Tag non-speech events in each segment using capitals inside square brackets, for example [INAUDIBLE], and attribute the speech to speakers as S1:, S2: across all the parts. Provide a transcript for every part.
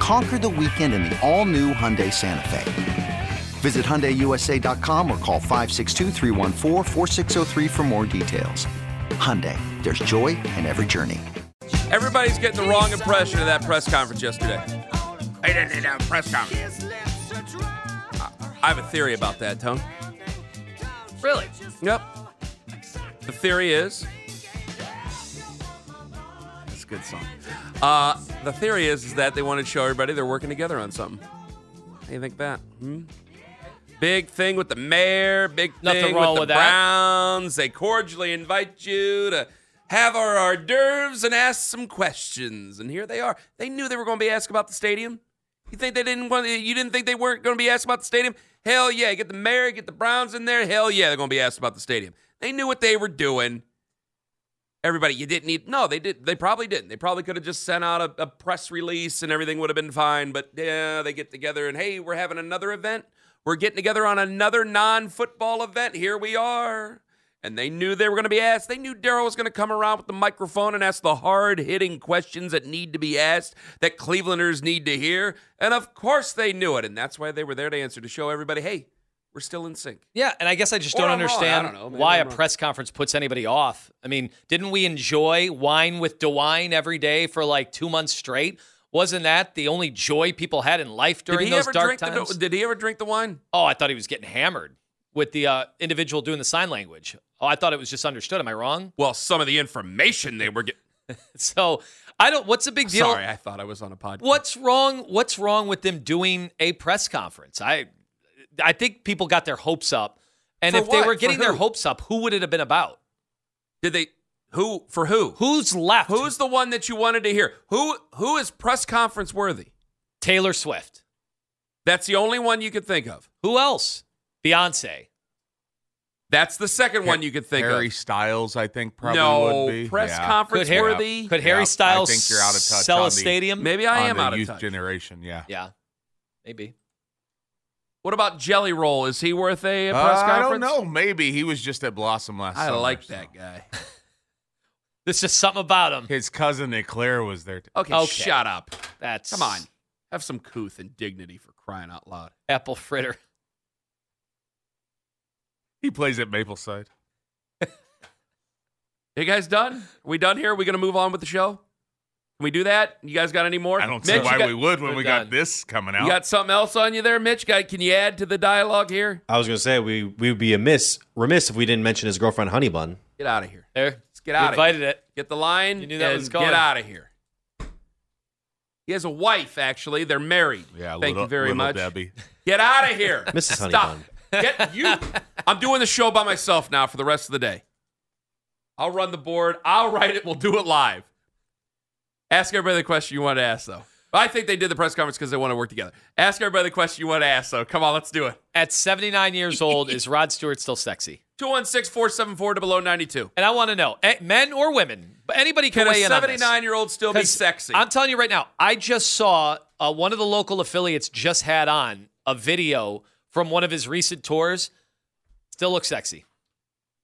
S1: Conquer the weekend in the all new Hyundai Santa Fe. Visit HyundaiUSA.com or call 562-314-4603 for more details. Hyundai, there's joy in every journey.
S2: Everybody's getting the wrong impression of that press conference yesterday. Hey, that, that, that press conference. I have a theory about that, Tone.
S3: Really?
S2: Yep. The theory is
S4: That's a good song.
S2: Uh, the theory is, is that they wanted to show everybody they're working together on something. How do you think that? Hmm? Big thing with the mayor, big thing
S3: Nothing wrong
S2: with the
S3: with that.
S2: Browns. They cordially invite you to have our hors d'oeuvres and ask some questions. And here they are. They knew they were going to be asked about the stadium. You think they didn't want? You didn't think they weren't going to be asked about the stadium? Hell yeah! Get the mayor, get the Browns in there. Hell yeah, they're going to be asked about the stadium. They knew what they were doing everybody you didn't need no they did they probably didn't they probably could have just sent out a, a press release and everything would have been fine but yeah they get together and hey we're having another event we're getting together on another non-football event here we are and they knew they were going to be asked they knew daryl was going to come around with the microphone and ask the hard-hitting questions that need to be asked that clevelanders need to hear and of course they knew it and that's why they were there to answer to show everybody hey we're still in sync
S3: Yeah, and I guess I just
S2: Or
S3: don't
S2: I'm wrong. I
S3: understand
S2: don't know. Maybe
S3: why
S2: I'm
S3: a
S2: wrong.
S3: press conference puts anybody off. I mean, didn't we enjoy wine with DeWine every day for like two months straight? Wasn't that the only joy people had in life during
S2: did he
S3: those
S2: ever
S3: dark
S2: drink
S3: times?
S2: the did he ever drink the wine
S3: oh, I thought he was getting hammered with the uh, individual doing the sign language. Oh, I thought it was just understood. Am I wrong? [LAUGHS]
S2: well some of the information they were getting
S3: So I don't. What's the big deal?
S2: Sorry, I thought I was on a podcast.
S3: What's wrong? What's wrong with them doing a press conference? I, I think people got their hopes up, and
S2: For
S3: if they
S2: what?
S3: were
S2: For
S3: getting their
S2: who?
S3: hopes up, who would it have been about?
S2: Did they who for who?
S3: Who's left?
S2: Who's the one that you wanted to hear? Who who is press conference worthy?
S3: Taylor Swift?
S2: That's the only one you could think of.
S3: Who else? Beyonce.
S2: That's the second one you could think
S4: Harry
S2: of.
S4: Styles, I think, probably
S2: no
S4: would be.
S2: press
S4: Yeah.
S3: Could
S2: conference
S3: Harry,
S2: worthy.
S3: could Harry
S4: Yeah, I
S3: Styles
S4: think you're out of touch
S3: sell
S4: on
S3: a
S4: the-
S3: stadium?
S2: Maybe I
S4: On
S2: am
S4: the
S2: out of
S4: youth
S2: touch.
S4: generation, yeah.
S3: Yeah, maybe.
S2: What about Jelly Roll? Is he worth a
S4: Uh,
S2: press
S4: I
S2: conference?
S4: don't know. Maybe he was just at Blossom last
S2: I
S4: summer,
S2: like
S4: so.
S2: that guy.
S3: There's just something about him.
S4: His cousin Eclair was there. Too.
S2: Okay,
S3: Okay.
S2: shut up.
S3: That's
S2: Come on. Have some couth and dignity for crying out loud.
S3: apple fritter.
S4: He plays at Mapleside.
S2: You guys done? Are we done here? Are we gonna move on with the show? Can we do that? You guys got any more?
S4: I don't see
S2: Mitch, you
S4: why
S2: got-
S4: we would when
S3: We're
S4: we
S3: done.
S4: got this coming out.
S2: You got something else on you there, Mitch? Guy, can you add to the dialogue here?
S5: I was gonna say we we would be amiss remiss if we didn't mention his girlfriend Honey Bun.
S2: Get out of here.
S3: There,
S2: Let's get
S3: You
S2: out of here.
S3: invited it.
S2: Get the line.
S3: You knew that
S2: and
S3: was
S2: Get
S3: going.
S2: out of here. He has a wife, actually. They're married.
S4: yeah,
S2: Thank
S4: little,
S2: you very
S4: little
S2: much.
S4: Debbie.
S2: Get out of
S3: [LAUGHS]
S2: here.
S5: Mrs. Honey
S2: Stop.
S5: Bun.
S2: Get you. I'm doing the show by myself now for the rest of the day. I'll run the board. I'll write it. We'll do it live. Ask everybody the question you want to ask, though. I think they did the press conference because they want to work together. Ask everybody the question you want to ask, though. Come on, let's do it.
S3: At 79 years
S2: [LAUGHS]
S3: old, is Rod Stewart still sexy?
S2: 216 474 0092.
S3: And I want to know, eh, men or women, but anybody can,
S2: Can a
S3: weigh in on this.
S2: 79 year old still be
S3: 'Cause
S2: sexy?
S3: I'm telling you right now, I just saw uh, one of the local affiliates just had on a video from one of his recent tours. Still looks sexy.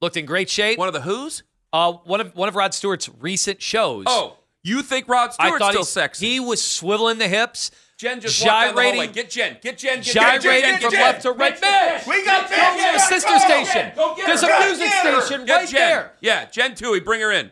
S3: Looked in great shape.
S2: One of the who's?
S3: Uh, one of one of Rod Stewart's recent shows.
S2: Oh, you think Rod Stewart's
S3: I thought
S2: still
S3: he's-
S2: sexy?
S3: He was swiveling the hips.
S2: Jen just walked down the hallway.
S3: gyrating-
S2: Get Jen. Get Jen. Get Jen. Get
S3: gyrating
S2: Jen. Get
S3: from
S2: Jen.
S3: left to right. Mitch,
S4: We got
S3: Go get a
S4: this.
S3: sister station. There's a music station
S2: Get
S3: right
S2: Jen.
S3: there.
S2: Yeah, Jen Tui. Bring her in.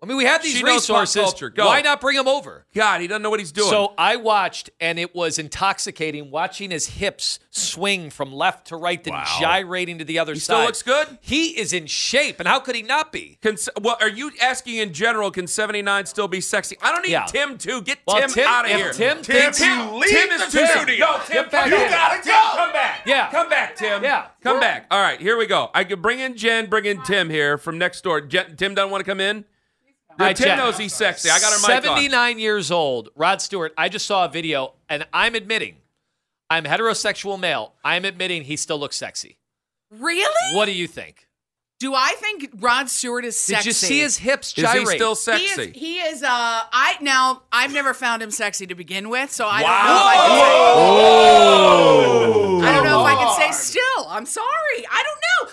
S3: I mean, we have these
S2: She knows pop
S3: resources.
S2: culture. Go.
S3: Why not bring them over?
S2: God, he doesn't know what he's doing.
S3: So I watched, and it was intoxicating watching his hips swing from left to right, then gyrating to the other
S2: He
S3: side.
S2: still looks good?
S3: He is in shape, and how could he not be?
S2: Can, well, are you asking in general? Can seventy nine still be sexy? I don't need
S3: Yeah.
S2: Tim too. Get
S3: Well,
S2: Tim,
S3: Tim-
S2: out of
S3: if
S2: here.
S3: Tim
S4: Tim, thinks- you leave
S2: Tim is
S4: the
S2: too
S4: studio.
S2: No, Tim,
S3: Get back
S2: come back.
S3: in.
S4: gotta
S2: Tim,
S4: go.
S2: Come back.
S3: Yeah.
S2: come back, Tim.
S3: Yeah.
S2: come
S3: We're-
S2: back. All right, here we go. I could bring in Jen. Bring in Tim here from next door. Jen, Tim doesn't want to come in.
S3: All right,
S2: Tim
S3: Chad.
S2: knows he's sexy. I got her mic on.
S3: 79 years old, Rod Stewart. I just saw a video, and I'm admitting, I'm heterosexual male. I'm admitting he still looks sexy.
S6: Really?
S3: What do you think?
S6: Do I think Rod Stewart is sexy?
S3: Did you see his hips
S2: Is
S3: gyrate?
S2: he still
S6: He is-
S2: sexy?
S6: He is. uh, I now. I've never found him sexy to begin with, so I don't know. If I, can
S4: Oh!
S6: say, I don't know if I can say still. I'm sorry. I don't know.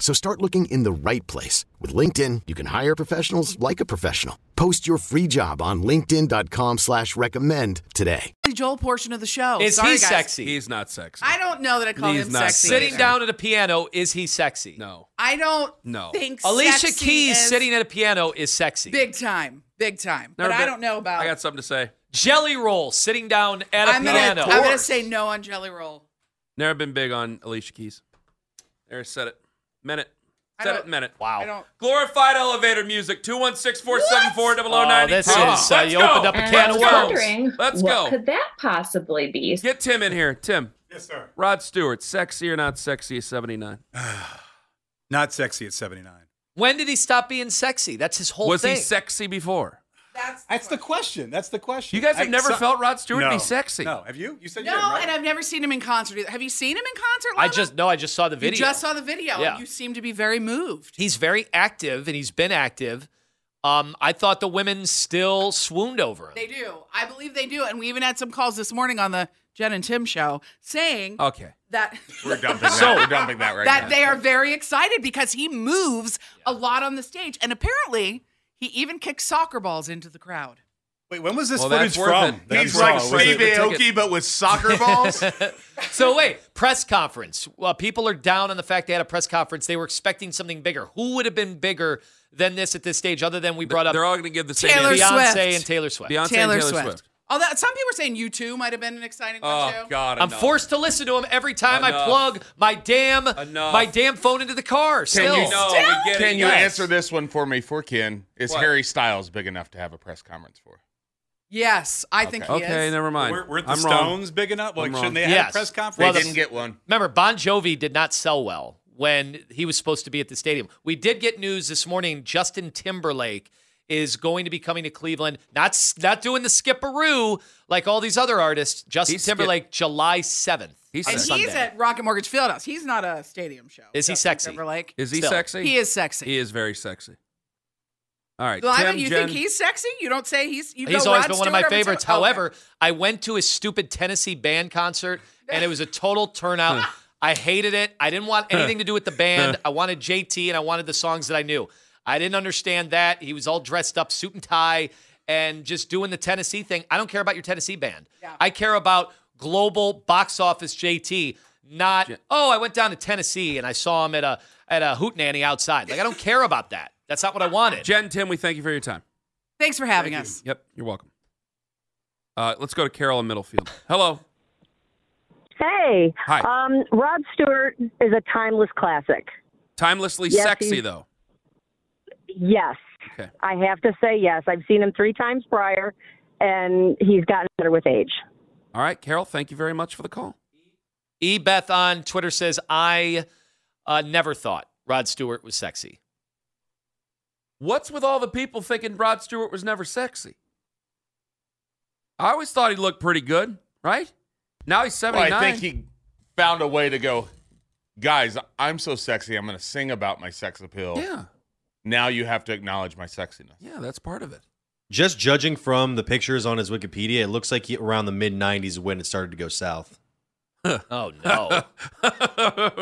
S7: So start looking in the right place. With LinkedIn, you can hire professionals like a professional. Post your free job on linkedin.com/recommend slash recommend today.
S6: Joel portion of the show.
S3: Is
S6: sorry,
S3: he
S6: guys.
S3: sexy?
S2: He's not sexy.
S6: I don't know that I call
S2: He's
S6: him
S2: not
S6: sexy.
S3: sitting
S2: either.
S3: down at a piano. Is he sexy?
S2: no.
S6: I don't
S2: No.
S6: think
S3: Alicia
S6: sexy
S3: Keys
S6: is
S3: sitting at a piano is sexy.
S6: big time, big time.
S2: Never
S6: but I
S2: been-
S6: don't know about.
S2: I got something to say.
S3: Jelly Roll sitting down at a
S6: I'm gonna.
S3: piano.
S6: I'm gonna say no on Jelly Roll.
S2: Never been big on Alicia Keys. There, said it. Meant it.
S6: I
S2: Said
S6: don't-
S2: it, meant it.
S3: Wow.
S6: I don't.
S2: Glorified elevator music. 216-474-0092.
S3: Oh, this
S2: Come on.
S3: is, uh,
S2: Let's
S3: you
S2: go.
S3: opened up a
S8: And
S3: can
S8: I
S3: of
S8: was
S2: Let's go.
S3: worms.
S8: wondering,
S2: Let's
S8: what
S2: go.
S8: could that possibly be?
S2: Get Tim in here. Tim,
S9: Yes, sir.
S2: Rod Stewart, sexy or not sexy is 79.
S9: Not sexy at 79.
S3: When did he stop being sexy? That's his whole
S2: Was
S3: thing.
S2: he sexy before?
S6: That's
S9: That's the question. That's the question.
S2: You guys have
S9: I-
S2: never
S9: so-
S2: felt Rod Stewart
S9: no.
S2: be sexy.
S9: No, have you? You said
S6: no,
S9: you didn't, right?
S6: and I've never seen him in concert. either. Have you seen him in concert?
S3: I
S6: Lana?
S3: just no. I just saw the video.
S6: You just saw the video,
S3: Yeah.
S6: and you seem to be very moved.
S3: he's very active and he's been active. Um, I thought the women still swooned over him.
S6: They do. I believe they do. And we even had some calls this morning on the Jen and Tim show saying
S2: Okay.
S6: that
S2: [LAUGHS]
S4: We're dumping
S3: So-
S4: that. We're dumping that right
S6: that
S4: now.
S6: they are very excited because he moves a lot on the stage, and apparently he even kicks soccer balls into the crowd.
S9: Wait, when was this
S2: Well, that's
S9: footage
S2: worth
S9: from?
S2: it.
S9: that
S4: He's
S9: you
S4: like
S9: saw? Was it-
S4: Steve Aoki, but with soccer [LAUGHS] balls.
S3: so wait, press conference. Well, people are down on the fact they had a press conference. They were expecting something bigger. Who would have been bigger than this at this stage, other than we brought up
S2: They're all going to give the same
S6: Taylor
S2: answer.
S3: Beyonce
S6: Swift.
S3: and Taylor Swift?
S2: Beyonce
S6: Taylor,
S2: and Taylor
S6: Swift.
S2: Swift.
S6: Although some people were saying you two might have been an exciting one
S2: Oh,
S6: too.
S2: God.
S3: I'm
S2: enough.
S3: forced to listen to him every time I
S2: Enough.
S3: plug my damn
S2: Enough.
S3: my damn phone into the car. Still,
S4: you
S2: No,
S6: Still?
S2: we get it.
S4: Can you
S2: Yes.
S4: answer this one for me, for Ken? Is
S2: What?
S4: Harry Styles big enough to have a press conference for?
S6: Yes, I think he
S2: Okay,
S6: is.
S2: never mind.
S9: Were- weren't the
S2: I'm wrong.
S9: Stones big enough? Like,
S2: I'm wrong.
S9: shouldn't they have
S3: Yes.
S9: a press
S4: They
S9: conference?
S3: the-
S4: didn't get one.
S3: Remember, Bon Jovi did not sell well when he was supposed to be at the stadium. We did get news this morning: Justin Timberlake is going to be coming to Cleveland. Not s- not doing the skipperoo like all these other artists. Justin
S2: He's skip-
S3: Timberlake, July seventh.
S2: He's
S6: And
S2: sexy.
S6: he's at Rocket Mortgage Fieldhouse. He's not a stadium show.
S3: Is he
S6: Justin
S3: sexy?
S6: Timberlake.
S2: Is he
S3: Still.
S2: sexy?
S6: He is sexy.
S2: He is very sexy. All right.
S6: Lyman,
S2: Tim,
S6: you
S2: Jen,
S6: think he's sexy? You don't say he's. You
S3: He's
S6: go
S3: always
S6: Rod
S3: been one of my
S6: Stewart over to-
S3: favorites.
S6: Okay.
S3: However, I went to his stupid Tennessee band concert, and it was a total
S6: [LAUGHS]
S3: turnout. I hated it. I didn't want anything to do with the band. I wanted JT, and I wanted the songs that I knew. I didn't understand that he was all dressed up, suit and tie, and just doing the Tennessee thing. I don't care about your Tennessee band. I care about global box office JT. Not oh, I went down to Tennessee and I saw him at a at a hootenanny outside. Like I don't care about that. That's not what I wanted.
S2: Jen, Tim, we thank you for your time.
S6: thanks for having us.
S2: Yep, you're welcome. Uh, let's go to Carol in Middlefield. Hello.
S10: Hey.
S2: Hi.
S10: Um, Rod Stewart is a timeless classic.
S2: Timelessly
S10: Yes,
S2: sexy,
S10: he's-
S2: though.
S10: Yes.
S2: Okay.
S10: I have to say yes. I've seen him three times prior, and he's gotten better with age.
S2: All right, Carol, thank you very much for the call.
S3: E Beth on Twitter says, I uh, never thought Rod Stewart was sexy.
S2: What's with all the people thinking Rod Stewart was never sexy? I always thought he looked pretty good, right? Now he's
S4: Well,
S2: 79.
S4: I think he found a way to go. Guys, I'm so sexy. I'm going to sing about my sex appeal.
S2: Yeah,
S4: Now you have to acknowledge my sexiness.
S2: [LAUGHS] yeah, that's part of it.
S5: Just judging from the pictures on his Wikipedia, it looks like he, around the mid '90s when it started to go south.
S3: Oh,
S2: [LAUGHS]
S3: no.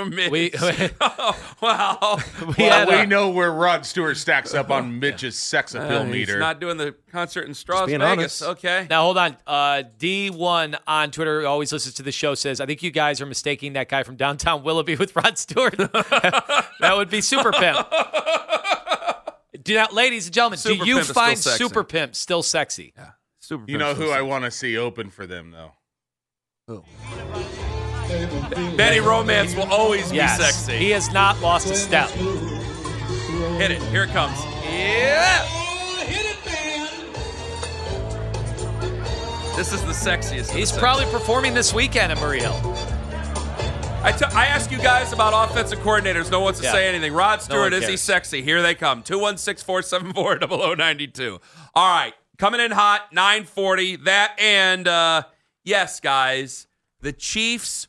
S2: Mitch.
S3: We- [LAUGHS]
S2: [LAUGHS] Oh, wow.
S3: We
S4: Well,
S3: had
S4: we
S3: a-
S4: know where Rod Stewart stacks
S2: [LAUGHS]
S4: up on Mitch's sex appeal
S2: Uh, he's
S4: meter.
S2: not doing the concert in Strauss
S5: being
S2: Vegas.
S5: honest.
S2: Okay.
S3: now, hold on. Uh, D1 on Twitter, who always listens to the show, says, I think you guys are mistaking that guy from downtown Willoughby with Rod Stewart. [LAUGHS] that would be Super Pimp. Do not, ladies and gentlemen,
S2: Super
S3: do you
S2: Pimp is still
S3: find
S2: sexy.
S3: Super Pimp still sexy?
S2: Super
S4: you know
S2: Pimp
S4: who I
S2: Simpson.
S4: want to see open for them, though?
S2: Who? Betty Romance will always
S11: Yes.
S2: be sexy.
S11: He has not lost a step.
S2: Hit it. Here it comes. Yeah. This is the sexiest.
S11: He's probably performing this weekend at Murray Hill.
S2: I, t- I ask you guys about offensive coordinators. No one's to
S11: Yeah.
S2: say anything. Rod
S11: No one
S2: Stewart, is he
S11: cares.
S2: sexy? Here they come. 216 474 0092. All right. Coming in hot, 940. That and, uh, yes, guys, the Chiefs